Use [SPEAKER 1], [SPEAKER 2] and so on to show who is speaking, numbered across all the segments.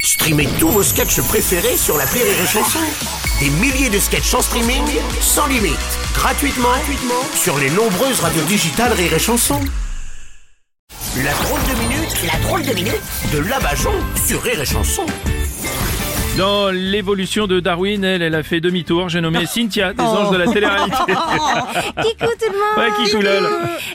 [SPEAKER 1] Streamez tous vos sketchs préférés sur la Rire et Chanson. Des milliers de sketchs en streaming, sans limite, gratuitement, gratuitement sur les nombreuses radios digitales Rire et Chanson. La drôle de minute, la drôle de minute de Labajon sur Rire et Chanson.
[SPEAKER 2] Dans l'évolution de Darwin, elle, elle a fait demi-tour. J'ai nommé Cynthia des anges de la télé-réalité.
[SPEAKER 3] Oh. Kikou tout le monde
[SPEAKER 2] Ouais, Kikou, lol.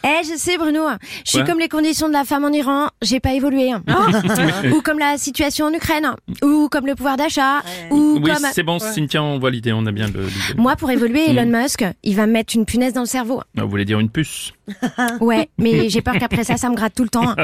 [SPEAKER 3] Eh, je sais Bruno, je suis
[SPEAKER 2] Ouais.
[SPEAKER 3] comme les conditions de la femme en Iran, j'ai pas évolué. hein. ou comme la situation en Ukraine, hein. ou comme le pouvoir d'achat, ou
[SPEAKER 2] Oui,
[SPEAKER 3] Oh, comme... Ah.
[SPEAKER 2] c'est bon, Mm. Cynthia, on voit l'idée, on a bien le. l'idée.
[SPEAKER 3] Moi, pour évoluer, Elon Musk, il va me mettre une punaise dans le cerveau.
[SPEAKER 2] Ah, Vous voulez dire une puce
[SPEAKER 3] Ouais, mais j'ai peur qu'après ça, ça me gratte tout le temps. hein.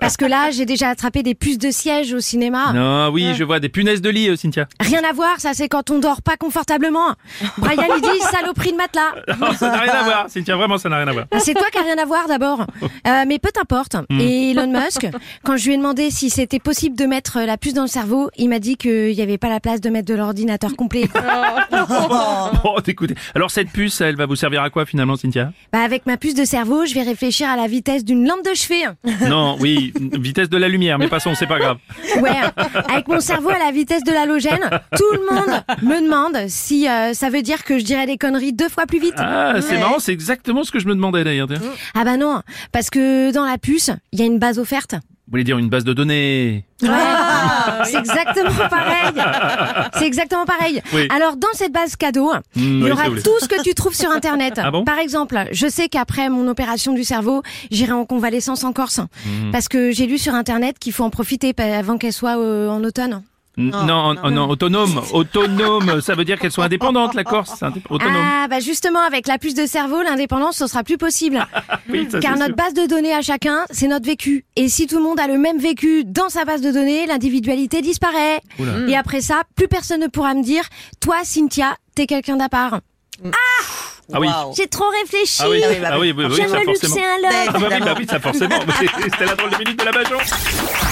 [SPEAKER 3] Parce que là, j'ai déjà attrapé des puces de siège au cinéma.
[SPEAKER 2] Non, oui, je vois des punaises de lit, euh, Cynthia.
[SPEAKER 3] Rien à voir, ça, c'est quand on dort pas confortablement. Brian, il dit saloperie de matelas.
[SPEAKER 2] Non, ça n'a rien à voir, Cynthia, vraiment, ça n'a rien à voir.
[SPEAKER 3] Ah, C'est toi qui as rien à voir d'abord. Euh, mais peu t'importe. Et Elon Musk, quand je lui ai demandé si c'était possible de mettre la puce dans le cerveau, il m'a dit qu'il n'y avait pas la place de mettre de l'ordinateur complet. Oh.
[SPEAKER 2] Bon, Oh, écoutez. Alors, cette puce, elle va vous servir à quoi finalement, Cynthia
[SPEAKER 3] Bah, avec ma puce de cerveau, je vais réfléchir à la vitesse d'une lampe de chevet.
[SPEAKER 2] Non, oui, vitesse de la lumière, mais passons, c'est pas grave.
[SPEAKER 3] Ouais, avec mon cerveau à la vitesse de l'halogène, tout le monde me demande si euh, ça veut dire que je dirais des conneries deux fois plus vite.
[SPEAKER 2] Ah, c'est marrant, c'est exactement ce que je me demandais d'ailleurs. tiens. Vous
[SPEAKER 3] Ah bah non, parce que dans la puce, il y a une base offerte.
[SPEAKER 2] voulez dire une base de données
[SPEAKER 3] Ouais, Ah,
[SPEAKER 2] Ah,
[SPEAKER 3] c'est exactement pareil. C'est exactement pareil.
[SPEAKER 2] Oui.
[SPEAKER 3] Alors dans cette base cadeau, il
[SPEAKER 2] Mm, oui,
[SPEAKER 3] y
[SPEAKER 2] s'il
[SPEAKER 3] aura
[SPEAKER 2] vous plaît.
[SPEAKER 3] tout ce que tu trouves sur internet.
[SPEAKER 2] Ah bon
[SPEAKER 3] Par exemple, je sais qu'après mon opération du cerveau, j'irai en convalescence en Corse
[SPEAKER 2] Mhm.
[SPEAKER 3] parce que j'ai lu sur internet qu'il faut en profiter pa- avant qu'elle soit euh, en automne.
[SPEAKER 2] N- Non, en- en- non, autonome. Autonome, ça veut dire qu'elle soit indépendante, la Corse. c'est indép- Autonome.
[SPEAKER 3] Ah bah justement avec la puce de cerveau, l'indépendance ce sera plus possible.
[SPEAKER 2] Oui, ça,
[SPEAKER 3] Car
[SPEAKER 2] Ah, c'est
[SPEAKER 3] notre
[SPEAKER 2] sûr.
[SPEAKER 3] base de données à chacun, c'est notre vécu. Et si tout le monde a le même vécu dans sa base de données, l'individualité disparaît.
[SPEAKER 2] Oula.
[SPEAKER 3] Et après ça, plus personne ne pourra me dire, toi, Cynthia, t'es quelqu'un d'à part.
[SPEAKER 2] Ah oui.
[SPEAKER 3] J'ai trop réfléchi.
[SPEAKER 2] Ah oui, ah oui, oui, oui,
[SPEAKER 3] J'aime
[SPEAKER 2] ça
[SPEAKER 3] le luxe
[SPEAKER 2] forcément.
[SPEAKER 3] et un love.
[SPEAKER 2] Ah bah oui, bah oui, ça forcément. C'était la drôle de minute de la Bajon.